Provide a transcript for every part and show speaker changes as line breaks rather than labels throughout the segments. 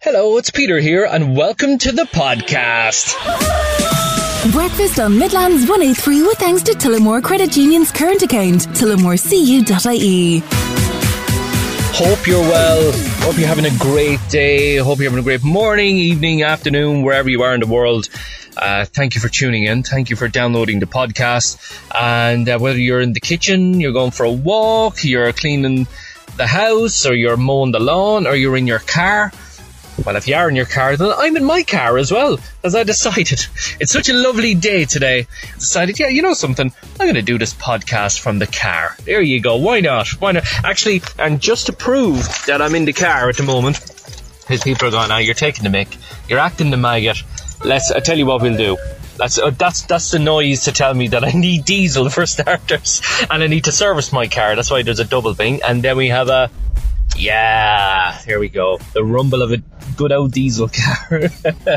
Hello, it's Peter here, and welcome to the podcast.
Breakfast on Midlands 183 with thanks to Tullamore Credit Union's current account, tullamorecu.ie.
Hope you're well. Hope you're having a great day. Hope you're having a great morning, evening, afternoon, wherever you are in the world. Uh, thank you for tuning in. Thank you for downloading the podcast. And uh, whether you're in the kitchen, you're going for a walk, you're cleaning the house, or you're mowing the lawn, or you're in your car, Well, if you are in your car, then I'm in my car as well, as I decided. It's such a lovely day today. I decided, yeah, you know something? I'm going to do this podcast from the car. There you go. Why not? Why not? Actually, and just to prove that I'm in the car at the moment, because people are going, "Oh, you're taking the mick. You're acting the maggot." Let's. I tell you what we'll do. That's uh, that's that's the noise to tell me that I need diesel for starters, and I need to service my car. That's why there's a double thing, and then we have a. Yeah, here we go. The rumble of a good old diesel car.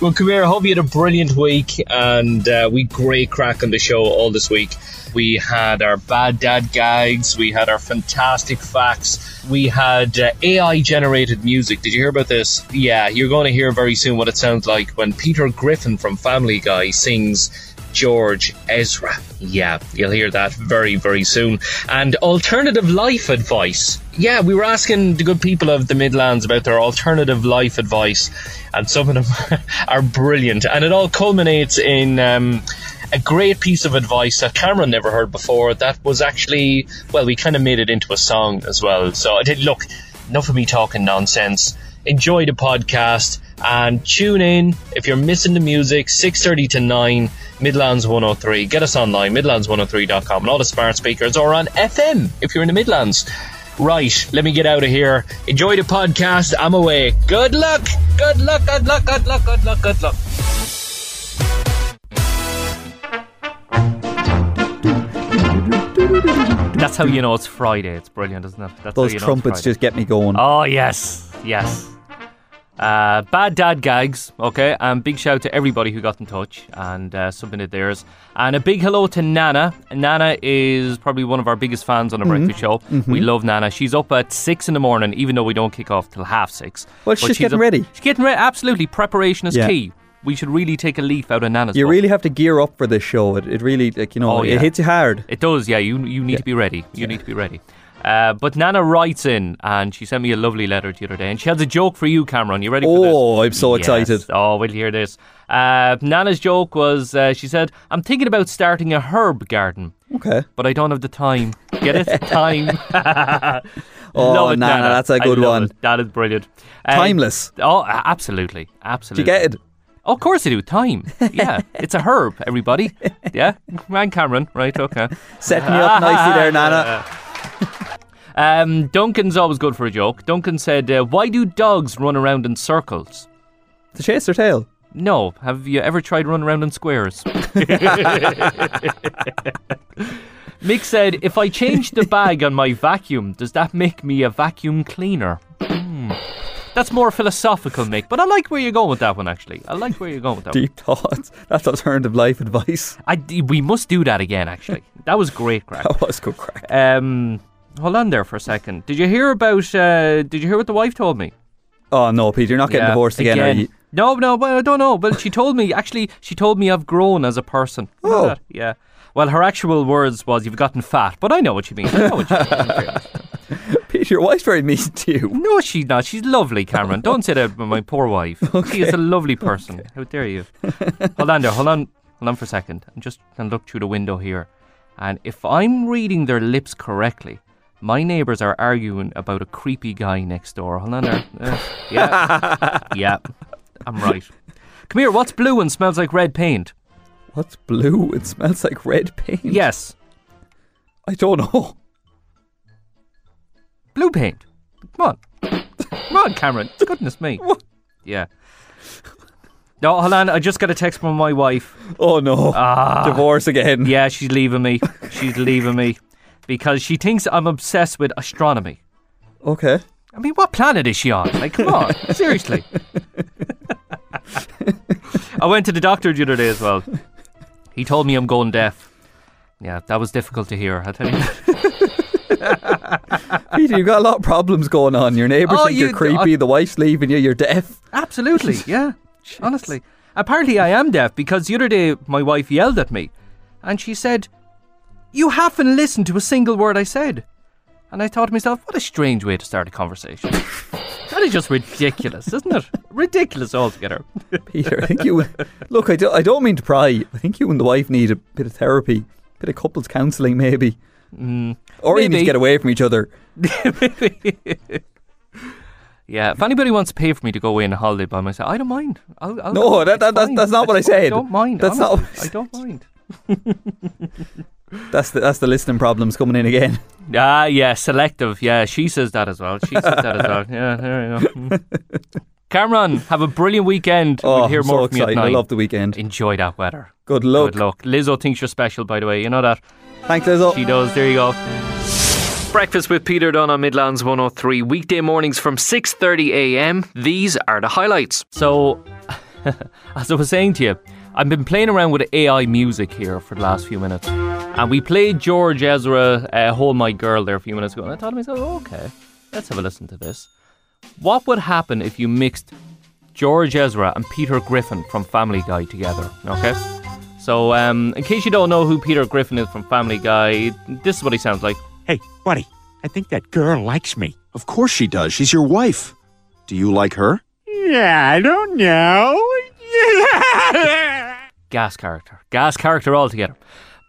well, come here. I hope you had a brilliant week, and uh, we great crack on the show all this week. We had our bad dad gags. We had our fantastic facts. We had uh, AI generated music. Did you hear about this? Yeah, you're going to hear very soon what it sounds like when Peter Griffin from Family Guy sings George Ezra. Yeah, you'll hear that very, very soon. And alternative life advice. Yeah, we were asking the good people of the Midlands about their alternative life advice, and some of them are brilliant. And it all culminates in um, a great piece of advice that Cameron never heard before. That was actually, well, we kind of made it into a song as well. So I did look, enough of me talking nonsense. Enjoy the podcast and tune in if you're missing the music 6.30 to 9 midlands 103 get us online midlands103.com and all the smart speakers or on fm if you're in the midlands right let me get out of here enjoy the podcast i'm away good luck good luck good luck good luck good luck good luck
That's how you know it's Friday. It's brilliant, isn't it? That's
Those
how you know
trumpets
it's Friday.
just get me going.
Oh yes, yes. Uh, bad dad gags. Okay, and big shout to everybody who got in touch and uh, submitted theirs. And a big hello to Nana. Nana is probably one of our biggest fans on
Mm-hmm.
the breakfast show. We love Nana. She's up at six in the morning, even though we don't kick off till half six.
Well,
But
she's getting ready.
She's getting ready. Absolutely, preparation is
Yeah.
key. We should really take a leaf out of Nana's.
you
book.
really have to gear up for this show. It, it really, like, you know,
Oh, yeah.
it hits you hard.
It does, yeah. You you need to be ready. You need to be ready. Uh, but Nana writes in, and she sent me a lovely letter the other day, and she has a joke for you, Cameron. You ready for this?
Oh, I'm so excited.
Yes. Oh, we'll hear this. Uh, Nana's joke was, uh, she said, "I'm thinking about starting a herb garden,
Okay.
but I don't have the time. Get it? time."
Oh,
love it,
Nana, that's a
I
good
love
one.
it. That is brilliant. Uh,
Timeless.
Oh, a- absolutely, absolutely.
You get it?
Oh, of course they do. Time. Yeah. it's a herb, everybody. Yeah. Man, Cameron. Right. Okay.
Setting you up nicely there, Nana.
Um, Duncan's always good for a joke. Duncan said, uh, "Why do dogs run around in circles?"
To chase their tail.
No, have you ever tried running around in squares? Mick said, "If I change the bag on my vacuum, does that make me a vacuum cleaner?" Hmm. That's more philosophical, Mick. But I like where you're going with that one. Actually, I like where you're going with that. one.
Deep thoughts. That's alternative life advice.
I, we must do that again. Actually, that was great, Greg.
That was good crack.
Um, hold on there for a second. Did you hear about? Uh, did you hear what the wife told me?
Oh, no, Pete, you're not getting
Yeah,
divorced again, are you?
No, no, well, I don't know. But she told me, actually, she told me I've grown as a person. You know
Oh.
that? Yeah. Well, her actual words was, you've gotten fat. But I know what you mean. I know what you mean. in fairness.
Pete, your wife's very mean to you.
no, she's not. She's lovely, Cameron. Don't say that about my poor wife. She is a lovely person. How dare you? hold on there. Hold on. Hold on for a second. I'm just going to look through the window here. And if I'm reading their lips correctly, my neighbours are arguing about a creepy guy next door. Hold on there. Uh, yeah. yeah. I'm right. Come here. What's blue and smells like red paint?
What's blue? It smells like red paint.
Yes.
I don't know.
Blue paint. Come on. Come on, Cameron. Goodness me. Yeah. No, hold on. I just got a text from my wife.
Oh, no. Divorce again.
Ah. Yeah, she's leaving me. She's leaving me because she thinks I'm obsessed with astronomy.
Okay.
I mean, what planet is she on? Like, come on, seriously. I went to the doctor the other day as well. He told me I'm going deaf. Yeah, that was difficult to hear. I tell you.
Peter, you've got a lot of problems going on. Your neighbours
Oh,
think
you-
you're creepy. the wife's leaving you. You're deaf.
Absolutely, yeah. Honestly. Apparently, I am deaf because the other day my wife yelled at me and she said, You haven't listened to a single word I said. And I thought to myself, What a strange way to start a conversation. that is just ridiculous, isn't it? Ridiculous altogether.
Peter, I think you. Look, I, do, I don't mean to pry. I think you and the wife need a bit of therapy, a bit of couples counselling, maybe. or you
Mm.
need to
maybe.
get away from each other.
Yeah, if anybody wants to pay for me to go away on a holiday by myself, I don't mind. I'll, I'll
No,
go.
that-
It's
that- that's-
fine.
that's not what I
I
said.
don't mind.
That's not
honestly.
what I
I don't mind.
That's the that's the listening problems coming in again.
Ah, yeah, selective. Yeah, she says that as well. She says that as well. Yeah, there you go. Mm. Cameron, have a brilliant weekend.
Oh,
we'll hear
I'm
more
so
from you at
excited! I
nine.
love the weekend.
Enjoy that weather.
Good luck.
Good luck. Lizzo thinks you're special, by the way. You know that.
Thanks, Lizzo.
She does. There you go. Breakfast with Peter Dunn on Midlands 103, weekday mornings from 6:30 a.m. These are the highlights. So, as I was saying to you, I've been playing around with AI music here for the last few minutes, and we played George Ezra, uh, "Hold My Girl" there a few minutes ago, and I thought to myself, oh, okay, let's have a listen to this. What would happen if you mixed George Ezra and Peter Griffin from Family Guy together? Okay. So, um, in case you don't know who Peter Griffin is from Family Guy, this is what he sounds like.
Hey, buddy, I think that girl likes me.
Of course she does. She's your wife. Do you like her?
Yeah, I don't know.
Gas character. Gas character altogether.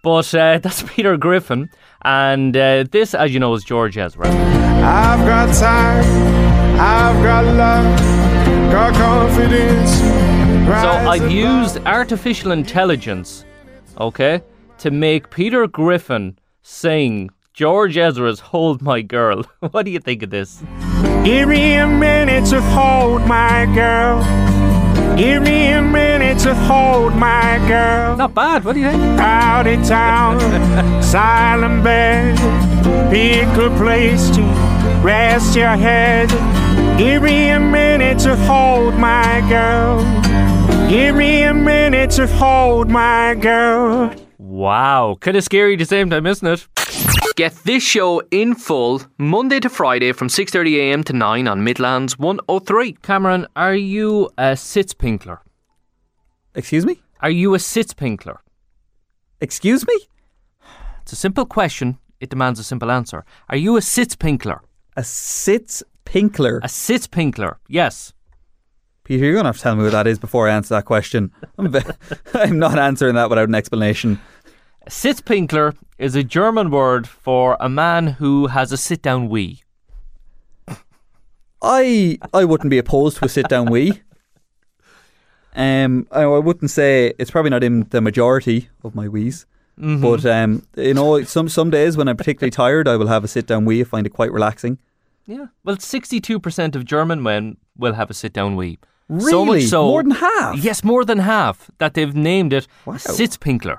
But uh, that's Peter Griffin. And uh, this, as you know, is George Ezra.
I've got time, I've got love, got confidence.
So I've used artificial intelligence, okay, to make Peter Griffin sing George Ezra's Hold My Girl. what do you think of this?
Give me a minute to hold my girl. Give me a minute to hold my girl.
Not bad. What do you think?
Crowded town, silent bed, pick a place to rest your head. Give me a minute to hold my girl. Give me a minute to hold my girl.
Wow. Kind of scary at the same time, isn't it?
Get this show in full Monday to Friday from 6:30 a.m. to 9 on Midlands 103.
Cameron, are you a sitzpinkler?
Excuse me.
Are you a sitzpinkler?
Excuse me.
It's a simple question. It demands a simple answer. Are you a sitzpinkler?
A sits pinkler.
A sitzpinkler? Yes.
Peter, you're gonna have to tell me what that is before I answer that question. I'm, ve- I'm not answering that without an explanation.
A sitzpinkler is a German word for a man who has a sit-down wee.
I I wouldn't be opposed to a sit down wee. Um, I, I wouldn't say it's probably not in the majority of my wees, but um, you know, some some days when I'm particularly tired, I will have a sit down wee. I find it quite relaxing.
Yeah. Well, 62% of German men will have a sit-down wee. So
Really?
much so,
More than half?
Yes, more than half that they've named it
Wow.
sitzpinkler.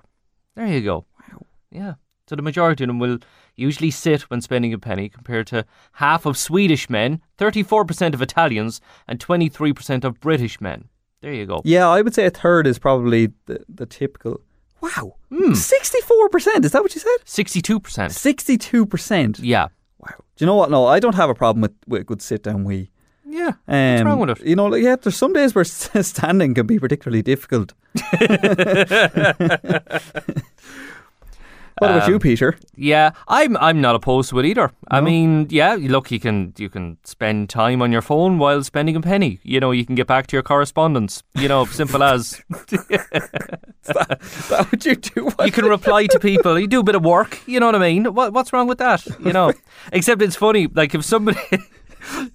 There you go. Wow. Yeah. So the majority of them will usually sit when spending a penny, compared to half of Swedish men, 34% of Italians, and 23% of British men. There you go.
Yeah, I would say a third is probably the, the typical. Wow, sixty four percent. Is that what you said?
62%.
Sixty two percent. Do
Yeah.
you know what? No, I don't have a problem with, with a good sit down wee.
Yeah.
Um,
What's wrong with it?
You know, like, yeah, there's some days where s- standing can be particularly difficult. what about
Um,
you, Peter?
Yeah, I'm I'm not opposed to it either. I mean, yeah, you- look, you can you can spend time on your phone while spending a penny. You know, you can get back to your correspondence. You know, simple as
Is that what you do?
you can reply to people. You do a bit of work. You know what I mean? What what's wrong with that? You know, except it's funny. Like if somebody.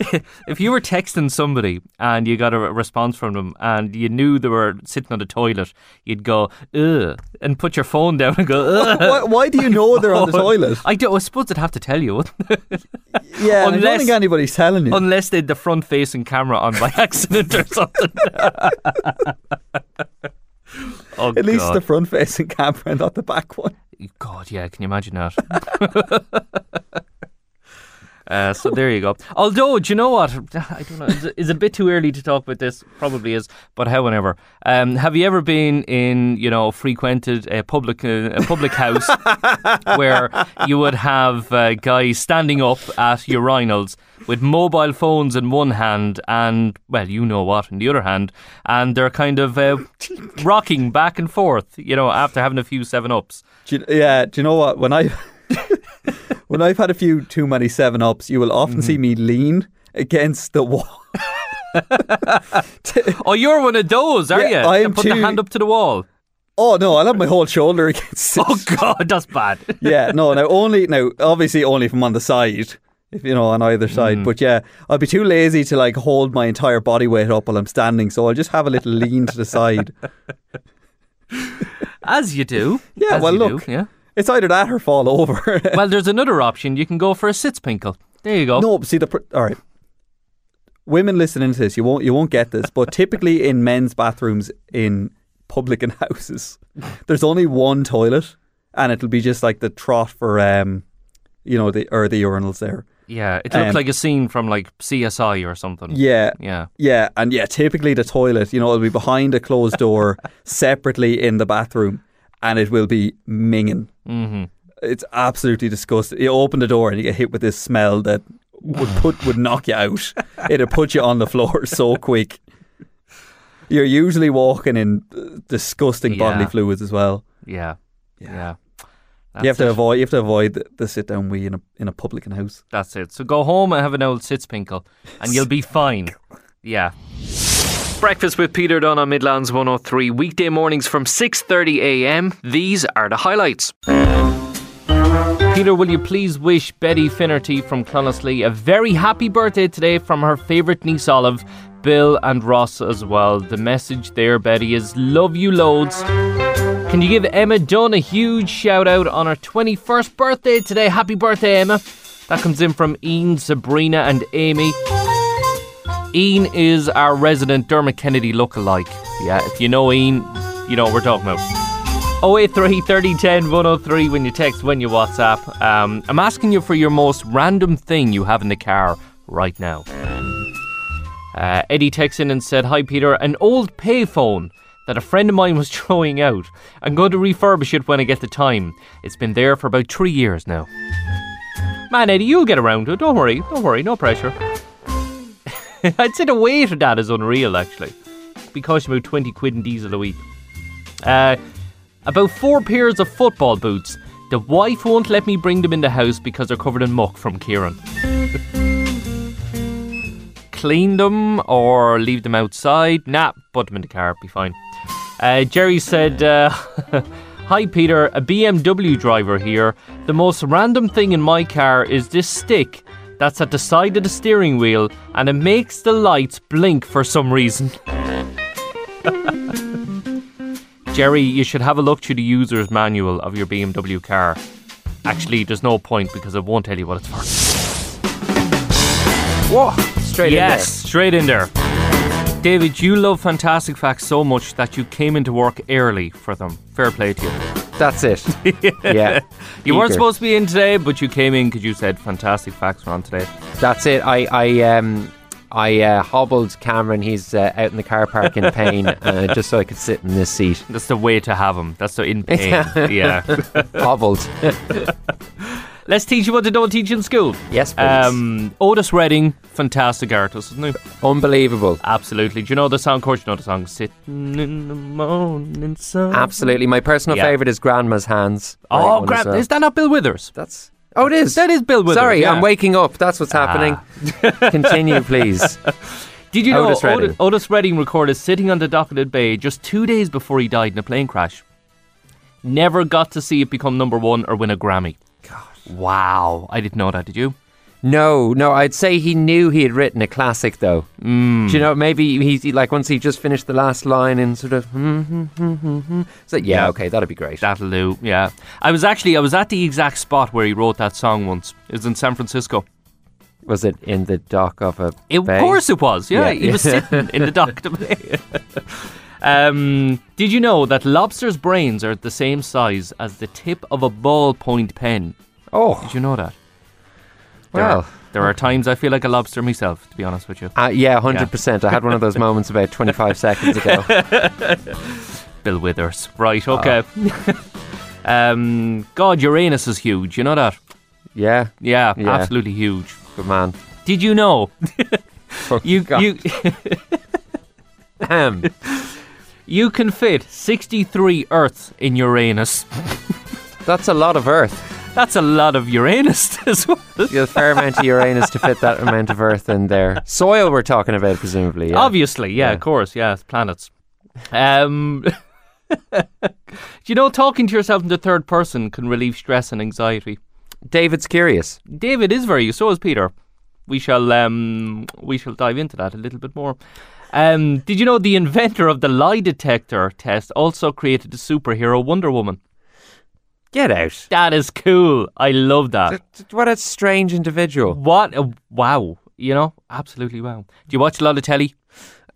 if you were texting somebody and you got a re- response from them and you knew they were sitting on the toilet, you'd go ugh and put your phone down and go ugh.
why, why do you know Oh, they're on the toilet?
I, do, I suppose I'd have to tell you. wouldn't I?
Yeah, and I don't
Unless-
think anybody's telling you.
Unless they had the front facing camera on by accident or something. oh,
At least
God.
the front-facing camera, and not the back one.
God, yeah, can you imagine that? Uh, so there you go. Although, do you know what? I don't know. It's a, it's a bit too early to talk about this. Probably is, but however, um, have you ever been in, you know, frequented a public uh, a public house where you would have uh, guys standing up at urinals with mobile phones in one hand and, well, you know what, in the other hand, and they're kind of uh, rocking back and forth, you know, after having a few seven ups.
Do you, yeah, do you know what? When I when I've had a few too many seven ups, you will often see
Mm-hmm.
me lean against the wall.
Oh, you're one of those, are
Yeah,
you?
I
You
am
Put the
too-
hand up to the wall.
Oh no, I'll have my whole shoulder against it.
Oh God, that's bad.
yeah, no, now only now obviously only from on the side, if you know on either side. But yeah, I'd be too lazy to like hold my entire body weight up while I'm standing, so I'll just have a little lean to the side.
As you do.
Yeah,
As
well,
you
look.
do, yeah.
It's either that or fall over.
Well, there's another option. You can go for a sits pinkle. There you go.
no, but see the pr- all right. Women listening to this, you won't you won't get this, but typically in men's bathrooms in public and houses, there's only one toilet, and it'll be just like the trough for um, you know the or the urinals there.
Yeah, it looks
Um,
like a scene from like CSI or something.
Yeah,
Yeah.
Yeah, and yeah, typically the toilet, you know, it'll be behind a closed door separately in the bathroom and it will be minging. Mm-hmm. It's absolutely disgusting. You open the door and you get hit with this smell that would put would knock you out. It'll put you on the floor so quick. You're usually walking in uh, disgusting bodily
Yeah.
fluids as well.
Yeah. Yeah. That's
you have to
it.
avoid you have to avoid the, the sit down wee in a in a public house.
That's it. So go home and have an old sits pinkle, and you'll be fine. Yeah.
Breakfast with Peter Dunn on Midlands 103, weekday mornings from 6:30 a.m. These are the highlights.
Peter, will you please wish Betty Finnerty from Clonaslee a very happy birthday today from her favourite niece Olive, Bill and Ross as well. The message there, Betty, is love you loads. Can you give Emma Dunn a huge shout out on her 21st birthday today? Happy birthday, Emma. That comes in from Ian, Sabrina, and Amy. Ian is our resident Dermot Kennedy lookalike. Yeah, if you know Ian, you know what we're talking about. 083 3010 103 when you text, when you WhatsApp. Um, I'm asking you for your most random thing you have in the car right now. Uh, Eddie texted in and said, Hi, Peter, an old payphone that a friend of mine was throwing out. I'm going to refurbish it when I get the time. It's been there for about three years now. Man, Eddie, you'll get around to it. Don't worry. Don't worry. No pressure. I'd say the weight of that is unreal, actually. Because about 20 quid in diesel a week. Uh, about four pairs of football boots. The wife won't let me bring them in the house because they're covered in muck from Kieran. Clean them or leave them outside? Nah, put them in the car, be fine. Uh, Jerry said, uh, Hi Peter, a BMW driver here. The most random thing in my car is this stick that's at the side of the steering wheel and it makes the lights blink for some reason. Jerry, you should have a look through the user's manual of your BMW car. Actually, there's no point because it won't tell you what it's for.
Whoa, straight
yes, straight in there. David, you love fantastic facts so much that you came into work early for them. Fair play to you.
in there. That's it. yeah.
You weren't
Eager.
supposed to be in today, but you came in because you said fantastic facts were on today.
That's it. I I um I uh, hobbled Cameron. He's uh, out in the car park in pain, uh, just so I could sit in this seat.
That's the way to have them. That's the in pain. yeah.
Hobbled.
Let's teach you what they don't teach in school.
yes, please.
Um, Otis Redding, fantastic artist, isn't he?
Unbelievable.
Absolutely. Do you know the song? Of course, you know the song. Sitting in the morning sun.
Absolutely. My personal
Yeah.
favorite is Grandma's hands. Great
Oh,
one
Grant,
as well.
is that not Bill Withers?
That's. Oh, it is.
That is Bill Withers.
Sorry,
yeah. Ah.
I'm waking up. That's what's happening. Continue, please.
Did you know
Otis
Otis
Redding.
Redding. Otis Redding recorded sitting on the dock of the bay just two days before he died in a plane crash? Never got to see it become number one or win a Grammy. God. Wow. I didn't know that, did you?
No, no. I'd say he knew he had written a classic, though.
Hmm.
Do you know? Maybe he- he like once he just finished the last line and sort of. Hmm, hmm, hmm, hmm, hmm. It's like, yeah,
Yeah.
okay, that'd be great.
That'll do, yeah. I was actually, I was at the exact spot where he wrote that song once. It was in San Francisco.
Was it in the dock of a?
It, of
bay?
course it was. Yeah,
Yeah.
he was sitting in the dock. to play. um, did you know that lobsters' brains are the same size as the tip of a ballpoint pen?
Oh,
Did you know that? They're-
well,
There are times I feel like a lobster myself, to be honest with you.
Uh, yeah, 100%. I had one of those moments about 25 seconds ago.
Bill Withers. Right,
Ah.
okay. um, God, Uranus is huge. You know that?
Yeah,
Yeah,
Yeah.
absolutely huge.
good man.
Did you know? you you
Ahem.
you can fit 63 Earths in Uranus.
That's a lot of Earth.
That's a lot of Uranus as well.
You have a fair amount of Uranus to fit that amount of Earth in there. Soil, we're talking about, presumably. Yeah.
Obviously, yeah, of course, yeah, it's planets. Um, you know, talking to yourself in the third person can relieve stress and anxiety.
David's curious.
David is very. So is Peter. We shall um, we shall dive into that a little bit more. Um, did you know the inventor of the lie detector test also created the superhero Wonder Woman?
Get out.
That is cool. I love that.
What a strange individual.
What a wow! You know, absolutely wow. Do you watch a lot of telly?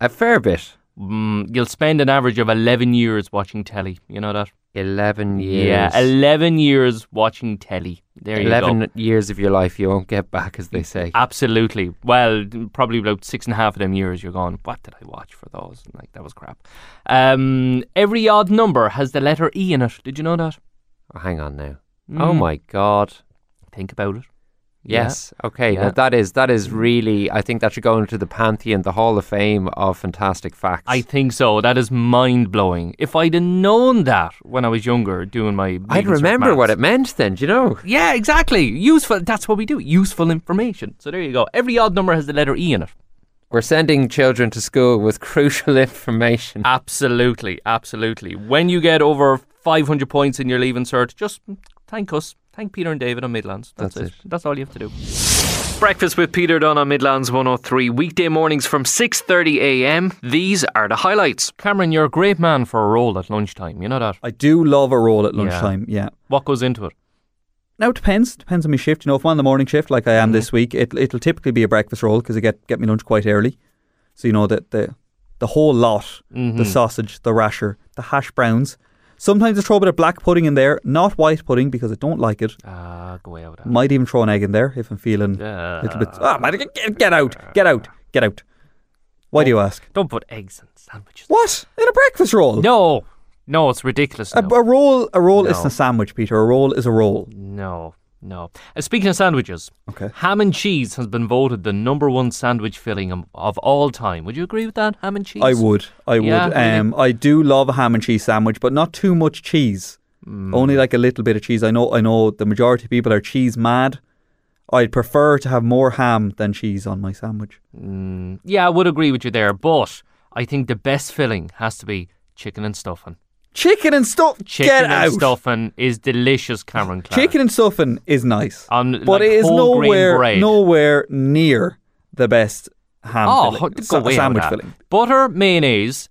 A fair bit.
Mm, you'll spend an average of eleven years watching telly. You know that?
11 years.
Yeah, eleven years watching telly. There you go. Ah.
11 years of your life you won't get back, as they say.
Absolutely. Well, probably about six and a half of them years you're going, what did I watch for those? And, Like, that was crap. Um, every odd number has the letter E in it. Did you know that?
Oh, hang on now. Oh my God.
Think about it.
Yes. Okay.
Mm. Yeah. Mm.
Now that is that is really. I think that should go into the pantheon, the Hall of Fame of fantastic facts.
I think so. That is mind blowing. If I'd have known that when I was younger doing my.
I'd
readings with
remember what
maths.
it meant then. Do you know?
Yeah, exactly. Useful. That's what we do. Useful information. So there you go. Every odd number has the letter E in it.
We're sending children to school with crucial information.
Absolutely, absolutely. When you get over 500 points in your leaving cert, just thank us. Thank Peter and David on Midlands. That's,
That's
it. That's all you have to do.
Breakfast with Peter Dunn on Midlands 103, weekday mornings from 6.30 a.m. These are the highlights.
Cameron, you're a great man for a roll at lunchtime. You know that.
I do love a roll at lunchtime. Yeah.
What goes into it?
Now it depends. Depends on my shift. You know, if I'm on the morning shift, like I
Mm-hmm.
am this week, it it'll typically be a breakfast roll because I get get me lunch quite early. So you know that the the whole lot,
Mm-hmm.
the sausage, the rasher, the hash browns. Sometimes I throw a bit of black pudding in there, not white pudding because I don't like it.
Ah, go away with that.
Might even throw an egg in there if I'm feeling a little bit. Ah, man, get, get out, get out, get out. Why do you ask?
Don't put eggs in sandwiches.
What in a breakfast roll?
No, no, it's ridiculous.
A,
now.
a roll, a roll
No.
isn't a sandwich, Peter. A roll is a roll.
no, no. Uh, speaking of sandwiches,
Okay.
ham and cheese has been voted the number one sandwich filling of- of all time. Would you agree with that? Ham and cheese.
I would. I
Yeah,
would.
really.
Um, I do love a ham and cheese sandwich, but not too much cheese.
Mm.
Only like a little bit of cheese. I know. I know the majority of people are cheese mad. I'd prefer to have more ham than cheese on my sandwich.
Yeah, I would agree with you there, but I think the best filling has to be chicken and stuffing.
Chicken and stuff.
Chicken
get
and
out.
stuffing is delicious, Cameron Clark.
Chicken and stuffing is nice,
On, like,
but it is
whole grain
nowhere
bread.
nowhere near the best ham
oh,
filling,
ho- go
sa-
away now
sandwich
with that.
filling.
Butter, mayonnaise,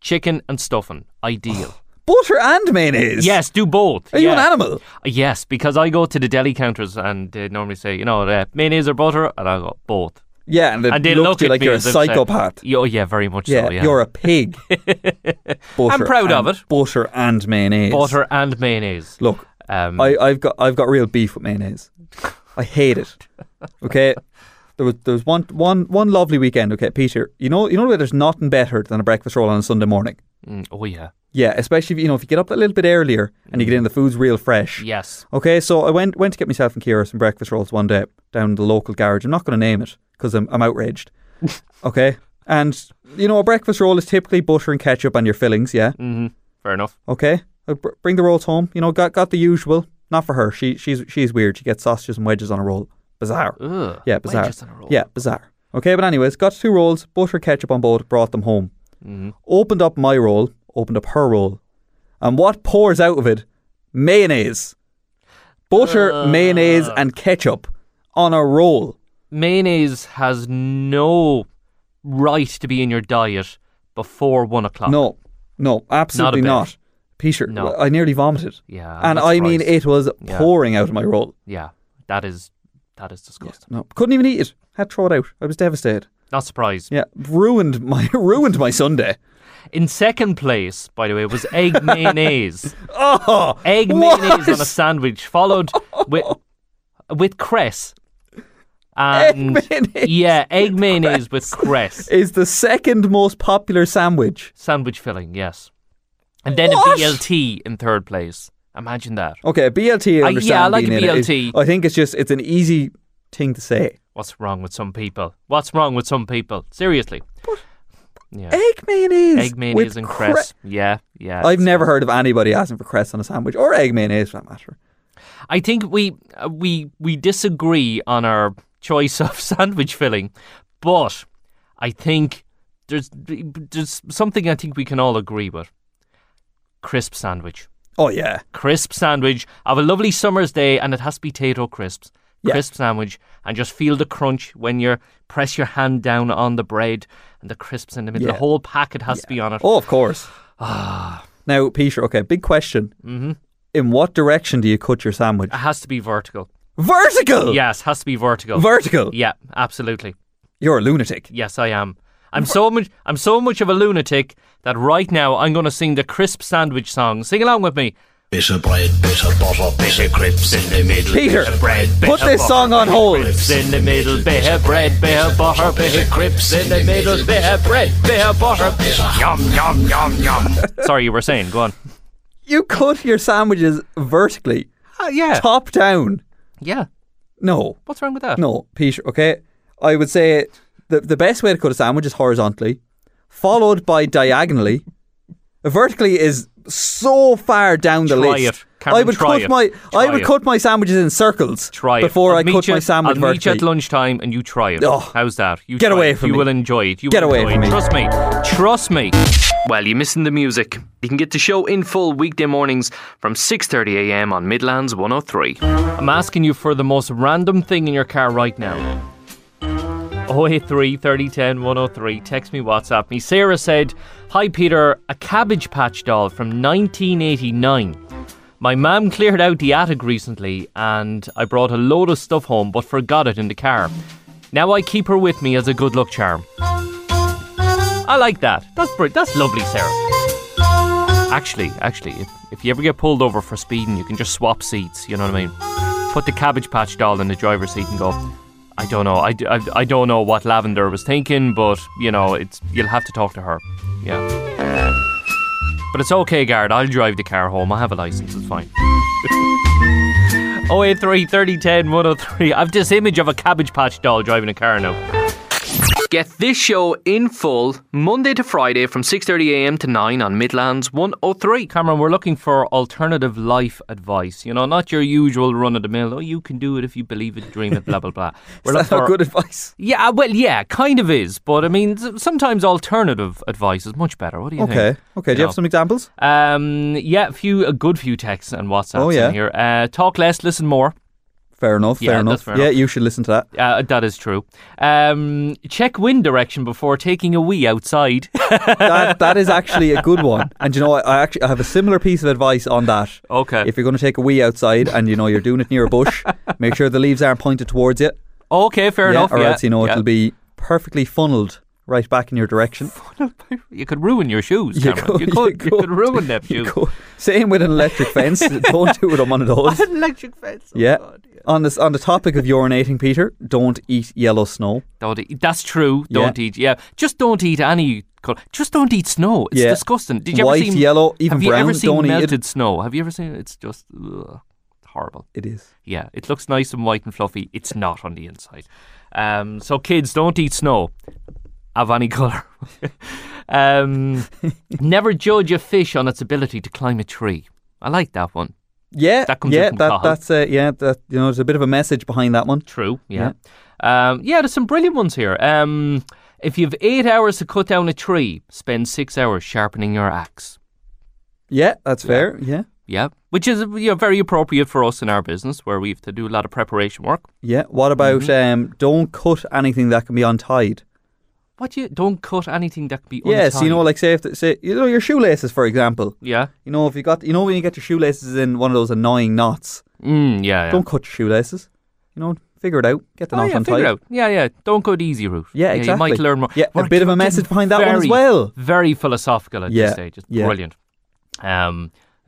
chicken and stuffing. Ideal.
Butter and mayonnaise.
yes, do both.
Are you an
yeah.
animal?
Yes, because I go to the deli counters and they normally say, you know, uh, mayonnaise or butter, and I go both.
Yeah, and they,
And they
look,
look
at you
at
like
me
you're a
as if said-
psychopath.
Yeah, Oh, yeah, very much
Yeah,
so. Yeah,
you're a pig. Butter
proud of
and-
it.
Butter and mayonnaise.
butter and mayonnaise.
Look,
Um,
I, I've got I've got real beef with mayonnaise. I hate it. Okay. There was there was one one one lovely weekend. Okay, Peter. You know you know where there's nothing better than a breakfast roll on a Sunday morning.
mm, oh yeah,
Yeah, especially if, you know if you get up a little bit earlier and you get in the food's real fresh.
yes.
Okay, so I went went to get myself and Kira some breakfast rolls one day down the local garage. I'm not going to name it because I'm I'm outraged. okay, and you know a breakfast roll is typically butter and ketchup and your fillings. Yeah.
hmm Fair enough.
Okay, I br- bring the rolls home. You know, got got the usual. Not for her. She she's she's weird. She gets sausages and wedges on a roll. Bizarre.
Ugh,
yeah, bizarre.
wedges on a roll.
Yeah, bizarre. Okay, but anyways, got two rolls, butter, ketchup on both. Brought them home.
Mm-hmm.
Opened up my roll. Opened up her roll, and what pours out of it? Mayonnaise, butter,
Uh.
mayonnaise, and ketchup on a roll.
mayonnaise has no right to be in your diet before one o'clock.
No, no, absolutely
Ah. bit.
not. Peter,
No.
I nearly vomited.
Yeah, I'm
and
not
I mean
surprised.
it was
Yeah.
pouring out of my roll.
Yeah, that is that is disgusting.
No, couldn't even eat it. Had to throw it out. I was devastated.
Not surprised.
Yeah, ruined my ruined my Sunday.
In second place, by the way, was egg mayonnaise.
Oh,
Egg
what?
mayonnaise on a sandwich, followed with with cress. And
Egg mayonnaise
yeah, egg mayonnaise with cress
Is the second most popular sandwich.
sandwich filling. Yes, and then
What?
a BLT in third place. Imagine that.
Okay, a BLT. I
Uh,
understand
yeah, I like
being
a
in it. It's-
BLT.
I think it's just it's an easy thing to say.
What's wrong with some people? What's wrong with some people? Seriously. Yeah.
Egg mayonnaise.
Egg mayonnaise
with
and
cre-
cress. yeah, yeah.
I've
it's-
never heard of anybody asking for cress on a sandwich or egg mayonnaise for that matter.
I think we uh, we we disagree on our choice of sandwich filling, but I think there's there's something I think we can all agree with. Crisp sandwich,
Oh yeah,
crisp sandwich of a lovely summer's day, and it has to be tato crisps.
Yeah.
Crisp sandwich, and just feel the crunch when you press your hand down on the bread and the crisps in the middle.
Yeah.
The whole packet has to be Ah. on it.
oh of course. now, Peter. Okay, big question. Mm-hmm. In what direction do you cut your sandwich?
It has to be vertical.
Vertical.
Yes, has to be vertical.
Oh. Vertical.
yeah, absolutely.
You're a lunatic.
Yes, I am. I'm so much. I'm so much of a lunatic that right now I'm going to sing the crisp sandwich song. Sing along with me.
Bit of bread, bit of butter, bit of crisps in the middle.
Peter,
bit of bread, bit
put
of
this
butter,
song on
bit of
hold.
crisps
In the middle, bit of bread, bit of butter, bit of crisps in the middle, bit of bread, bit of butter.
Yum, yum, yum, yum.
Sorry, you were saying. Go on.
You cut your sandwiches vertically,
Uh, yeah.
top down.
Yeah.
No,
What's wrong with that?
no, Peter. Okay, I would say the the best way to cut a sandwich is horizontally, followed by diagonally. Vertically is so far down the
Try
list.
it. Cameron,
I would
try
cut
it.
my I
Try
would
it.
cut my sandwiches in circles
Try it.
before
I'll
I
meet
cut
you-
my sandwich
I'll meet you
vertically.
at lunchtime and you try it.
Oh.
How's that? You
Get
try
away
it.
from
you
me.
will enjoy it. You
Get
will
away
enjoy
from
it.
me.
Trust me. Trust me.
Well, you're missing the music. You can get the show in full weekday mornings from 6.30am on Midlands 103.
I'm asking you for the most random thing in your car right now. 083 3010 103. Text me, WhatsApp me. Sarah said, Hi Peter, a Cabbage Patch doll from 1989. My mum cleared out the attic recently and I brought a load of stuff home but forgot it in the car. Now I keep her with me as a good luck charm. I like that. That's br- that's lovely, Sarah. Actually, actually, if, if you ever get pulled over for speeding, you can just swap seats. You know what I mean? put the cabbage patch doll in the driver's seat and go i don't know i, d- I- I don't know what lavender was thinking but you know it's you'll have to talk to her yeah but it's okay guard i'll drive the car home i have a license it's fine 083 3010 103 i've this image of a cabbage patch doll driving a car now
Get this show in full Monday to Friday from 6.30am to 9 on Midlands 103.
Cameron, we're looking for alternative life advice. You know, not your usual run of the mill. Oh, you can do it if you believe it, dream it, blah blah blah. We're
Is
looking
that not
for-
good advice?
Yeah, well, yeah, kind of is, but I mean, s- sometimes alternative advice is much better. What do you
Okay,
think?
okay. Do you have some examples?
Um, yeah, a few, a good few texts and WhatsApps
Oh, yeah.
in here. Uh, talk less, listen more.
Fair enough.
Yeah,
fair
that's
enough.
fair
yeah,
enough.
you should listen to that.
Uh, that is true. Um, check wind direction before taking a wee outside.
that that is actually a good one. And you know, I, I actually I have a similar piece of advice on that.
Okay.
If you're going to take a wee outside and you know you're doing it near a bush, make sure the leaves aren't pointed towards you.
okay, fair
yeah,
enough.
Or
yeah,
else you know
yeah.
it'll be perfectly funneled right back in your direction.
You could ruin your shoes, Cameron. You could, you could, ruin them
you
shoes.
could. Same with an electric fence. Don't do it on one of those.
Electric fence. Oh,
Yeah. On this on the topic of urinating, Peter, don't eat yellow snow.
Don't eat. That's true. Don't
Yeah.
eat. Yeah, just don't eat any. col- Just don't eat snow. It's
Yeah.
disgusting. Did you
White,
ever see
yellow, even
Have you ever
brown,
seen
don't eat it.
melted snow? Have you ever seen? it? It's just ugh, it's horrible.
It is.
Yeah, it looks nice and white and fluffy. It's not on the inside. Um, so kids, don't eat snow of any color. um, never judge a fish on its ability to climb a tree. I like that one.
Yeah.
That comes in
yeah,
from
that,
Cahill.
that's uh, yeah, that you know, there's a bit of a message behind that one.
True. Yeah. Yeah, um, yeah there's some brilliant ones here. Um, if you've eight hours to cut down a tree, spend six hours sharpening your axe.
Yeah, that's fair. Yeah.
Yeah, which is you know, very appropriate for us in our business where we have to do a lot of preparation work.
Yeah. What about
Mm-hmm.
um, don't cut anything that can be untied?
What do you don't cut anything that can be
Yes,
untied.
you know, like say if say you know your shoelaces, for example.
yeah,
You know, if you got you know when you get your shoelaces in one of those annoying knots,
mm, yeah, yeah.
don't cut your shoelaces. You know, figure it out. Get the
oh,
knot
yeah,
untied.
figure out. Yeah, yeah. Don't go the easy route.
Yeah,
You might
exactly.
learn more.
Yeah, a bit of a
getting
message behind that one as
very,
well.
Very philosophical at
Yeah,
this stage. It's
yeah.
brilliant. Um,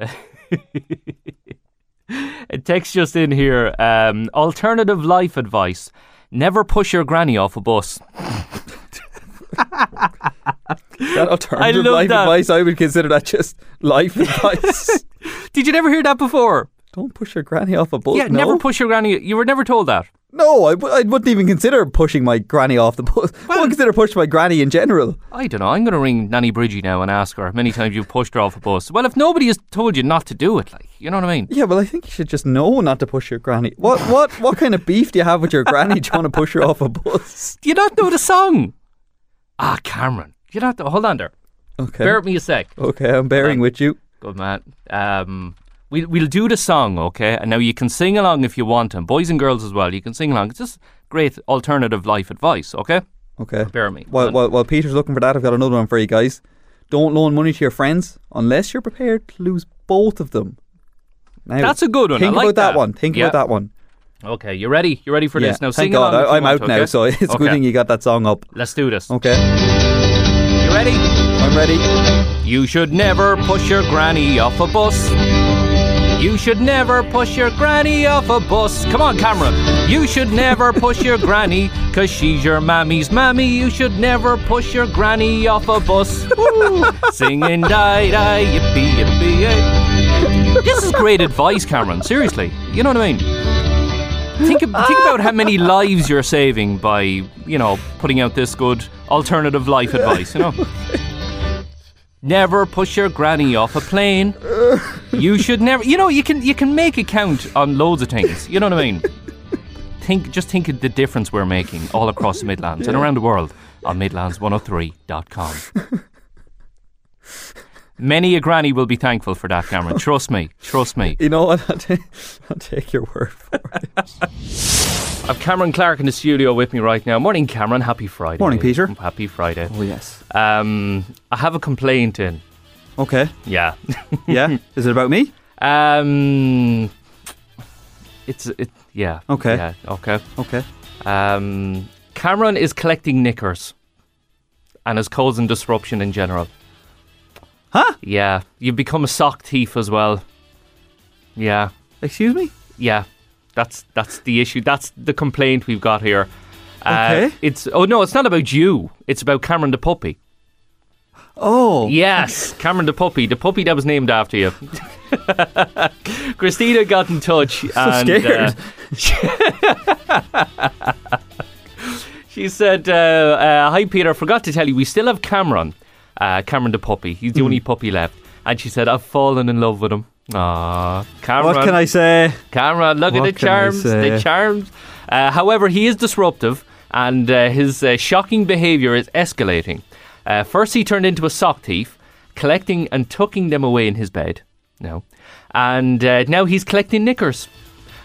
a text just in here. Um, alternative life advice. Never push your granny off a bus.
That alternative
love
life
that.
advice, I would consider that just life advice.
Did you never hear that before?
Don't push your granny off a bus.
yeah,
Oh, no.
never push your granny. You were never told that.
No, I, w- I wouldn't even consider pushing my granny off the bus. I wouldn't consider pushing my granny in general.
I don't know. I'm going to ring Nanny Bridgie now and ask her how many times you've pushed her off a bus. Well, if nobody has told you not to do it, like, you know what I mean?
Yeah, well, I think you should just know not to push your granny. What what what kind of beef do you have with your granny? Do you want to push her off a bus?
Do you not know the song? Ah, Cameron. You not know. Hold on there.
Okay.
Bear with me a sec.
okay, I'm bearing with you.
Good man. Um, we'll we'll do the song, okay? And now you can sing along if you want, and boys and girls as well. You can sing along. It's just great alternative life advice, okay?
Okay.
Bear with me.
While, while, while Peter's looking for that, I've got another one for you guys. Don't loan money to your friends unless you're prepared to lose both of them. Now,
That's a good one. I
Think
like
about that,
that.
one. Think
Yeah.
about that one.
Okay, you ready? You ready for
Yeah,
this? Now
Thank
sing
God,
along. if you
I, I'm
want,
out now,
okay?
so it's a good
Okay,
thing you got that song up.
Let's do this.
Okay,
You ready?
I'm ready.
You should never push your granny off a bus. You should never push your granny off a bus. Come on, Cameron. You should never push your granny, cause she's your mammy's mammy. You should never push your granny off a bus. Woo. Singing die die yippee yippee. yay. This is great advice, Cameron. Seriously, you know what I mean. Think, ab- think about how many lives you're saving by, you know, putting out this good alternative life advice, you know? Never push your granny off a plane. You should never. You know, you can you can make a count on loads of things. You know what I mean? Think, just think of the difference we're making all across the Midlands and around the world on Midlands103.com. Many a granny will be thankful for that, Cameron. Trust me. Trust me.
You know what? I'll, ta- I'll take your word for it.
I've Cameron Clark in the studio with me right now. Morning, Cameron. Happy Friday.
Morning, Peter.
Happy Friday.
Oh, yes.
Um, I have a complaint in.
Okay.
Yeah.
Yeah. Is it about me?
Um, it's it. Yeah.
Okay.
Yeah. Okay.
Okay.
Um, Cameron is collecting knickers, and is causing disruption in general.
Huh?
Yeah. You've become a sock thief as well. Yeah.
Excuse me?
Yeah. That's that's the issue. That's the complaint we've got here.
Okay.
It's oh no, it's not about you. It's about Cameron the puppy.
Oh.
Yes, Cameron the puppy, the puppy that was named after you. Christina got in touch. and, uh,
scared.
she said, uh, uh, "Hi Peter, forgot to tell you, we still have Cameron, uh, Cameron the puppy. He's
Hmm.
the only puppy left." And she said, "I've fallen in love with him." Ah, Cameron.
What can I say?
Cameron, look
What
at the
can I
charms, the
say?
charms. Uh, however, he is disruptive and uh, his uh, shocking behaviour is escalating. Uh, first, he turned into a sock thief, collecting and tucking them away in his bed. No. And uh, now he's collecting knickers.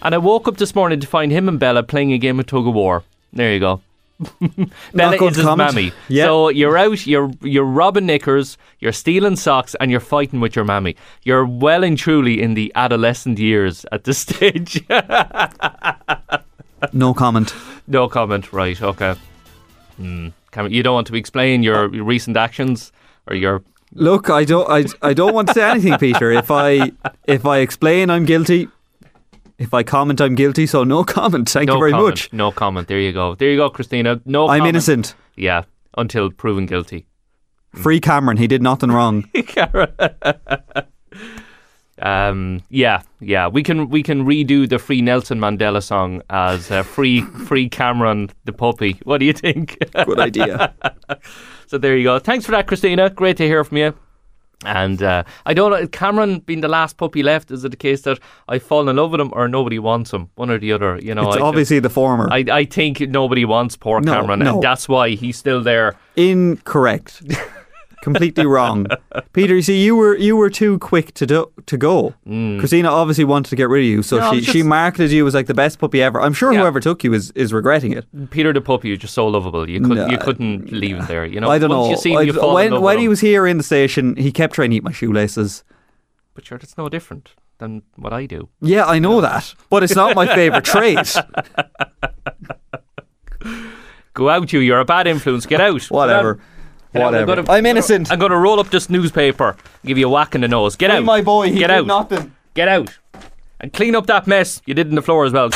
And I woke up this morning to find him and Bella playing a game of tug of war. There you go. Bella
Not good
is his
comment.
mammy.
Yeah.
So you're out, you're you're robbing knickers, you're stealing socks, and you're fighting with your mammy. You're well and truly in the adolescent years at this stage.
No comment.
no comment, right? Okay. Hmm. Can you don't want to explain your recent actions or your
Look, I don't I, I don't want to say anything, Peter. If I if I explain I'm guilty, if I comment I'm guilty, so no comment. Thank
no
you very
comment,
much.
no comment. There you go, there you go, Christina. No,
I'm
comment.
innocent.
Yeah, until proven guilty. Mm.
Free Cameron, he did nothing wrong.
Um, yeah, yeah. We can we can redo the free Nelson Mandela song as uh, free free Cameron the puppy. What do you think?
Good idea.
so there you go. Thanks for that, Christina. Great to hear from you. And uh, I don't know, Cameron being the last puppy left, is it the case that I fall in love with him or nobody wants him? One or the other, you know.
it's
I,
obviously the former.
I, I think nobody wants poor
No,
Cameron,
no.
and that's why he's still there.
Incorrect. Completely wrong. Peter, you see you were you were too quick to do, to go.
Mm.
Christina obviously wanted to get rid of you, so
No, I
she,
was
she
just-
marketed you as like the best puppy ever. I'm sure
Yeah.
whoever took you is, is regretting it.
Peter the puppy is just so lovable. You couldn't,
No, uh,
you couldn't leave him there. You know,
I don't
Once
know.
You see him,
I
you
don't-
fall in
when
love with
when
him.
he was here in the station, he kept trying to eat my shoelaces.
But sure, that's no different than what I do.
Yeah, I know that, but it's not my favorite trait.
Go out, you. You're a bad influence. Get out.
Whatever.
Get out.
Whatever.
I'm, gonna,
I'm innocent.
I'm gonna roll up this newspaper, give you a whack in the nose. Get
Hey,
out,
my boy, he
Get
did
out.
nothing.
Get out. And clean up that mess you did in the floor as well.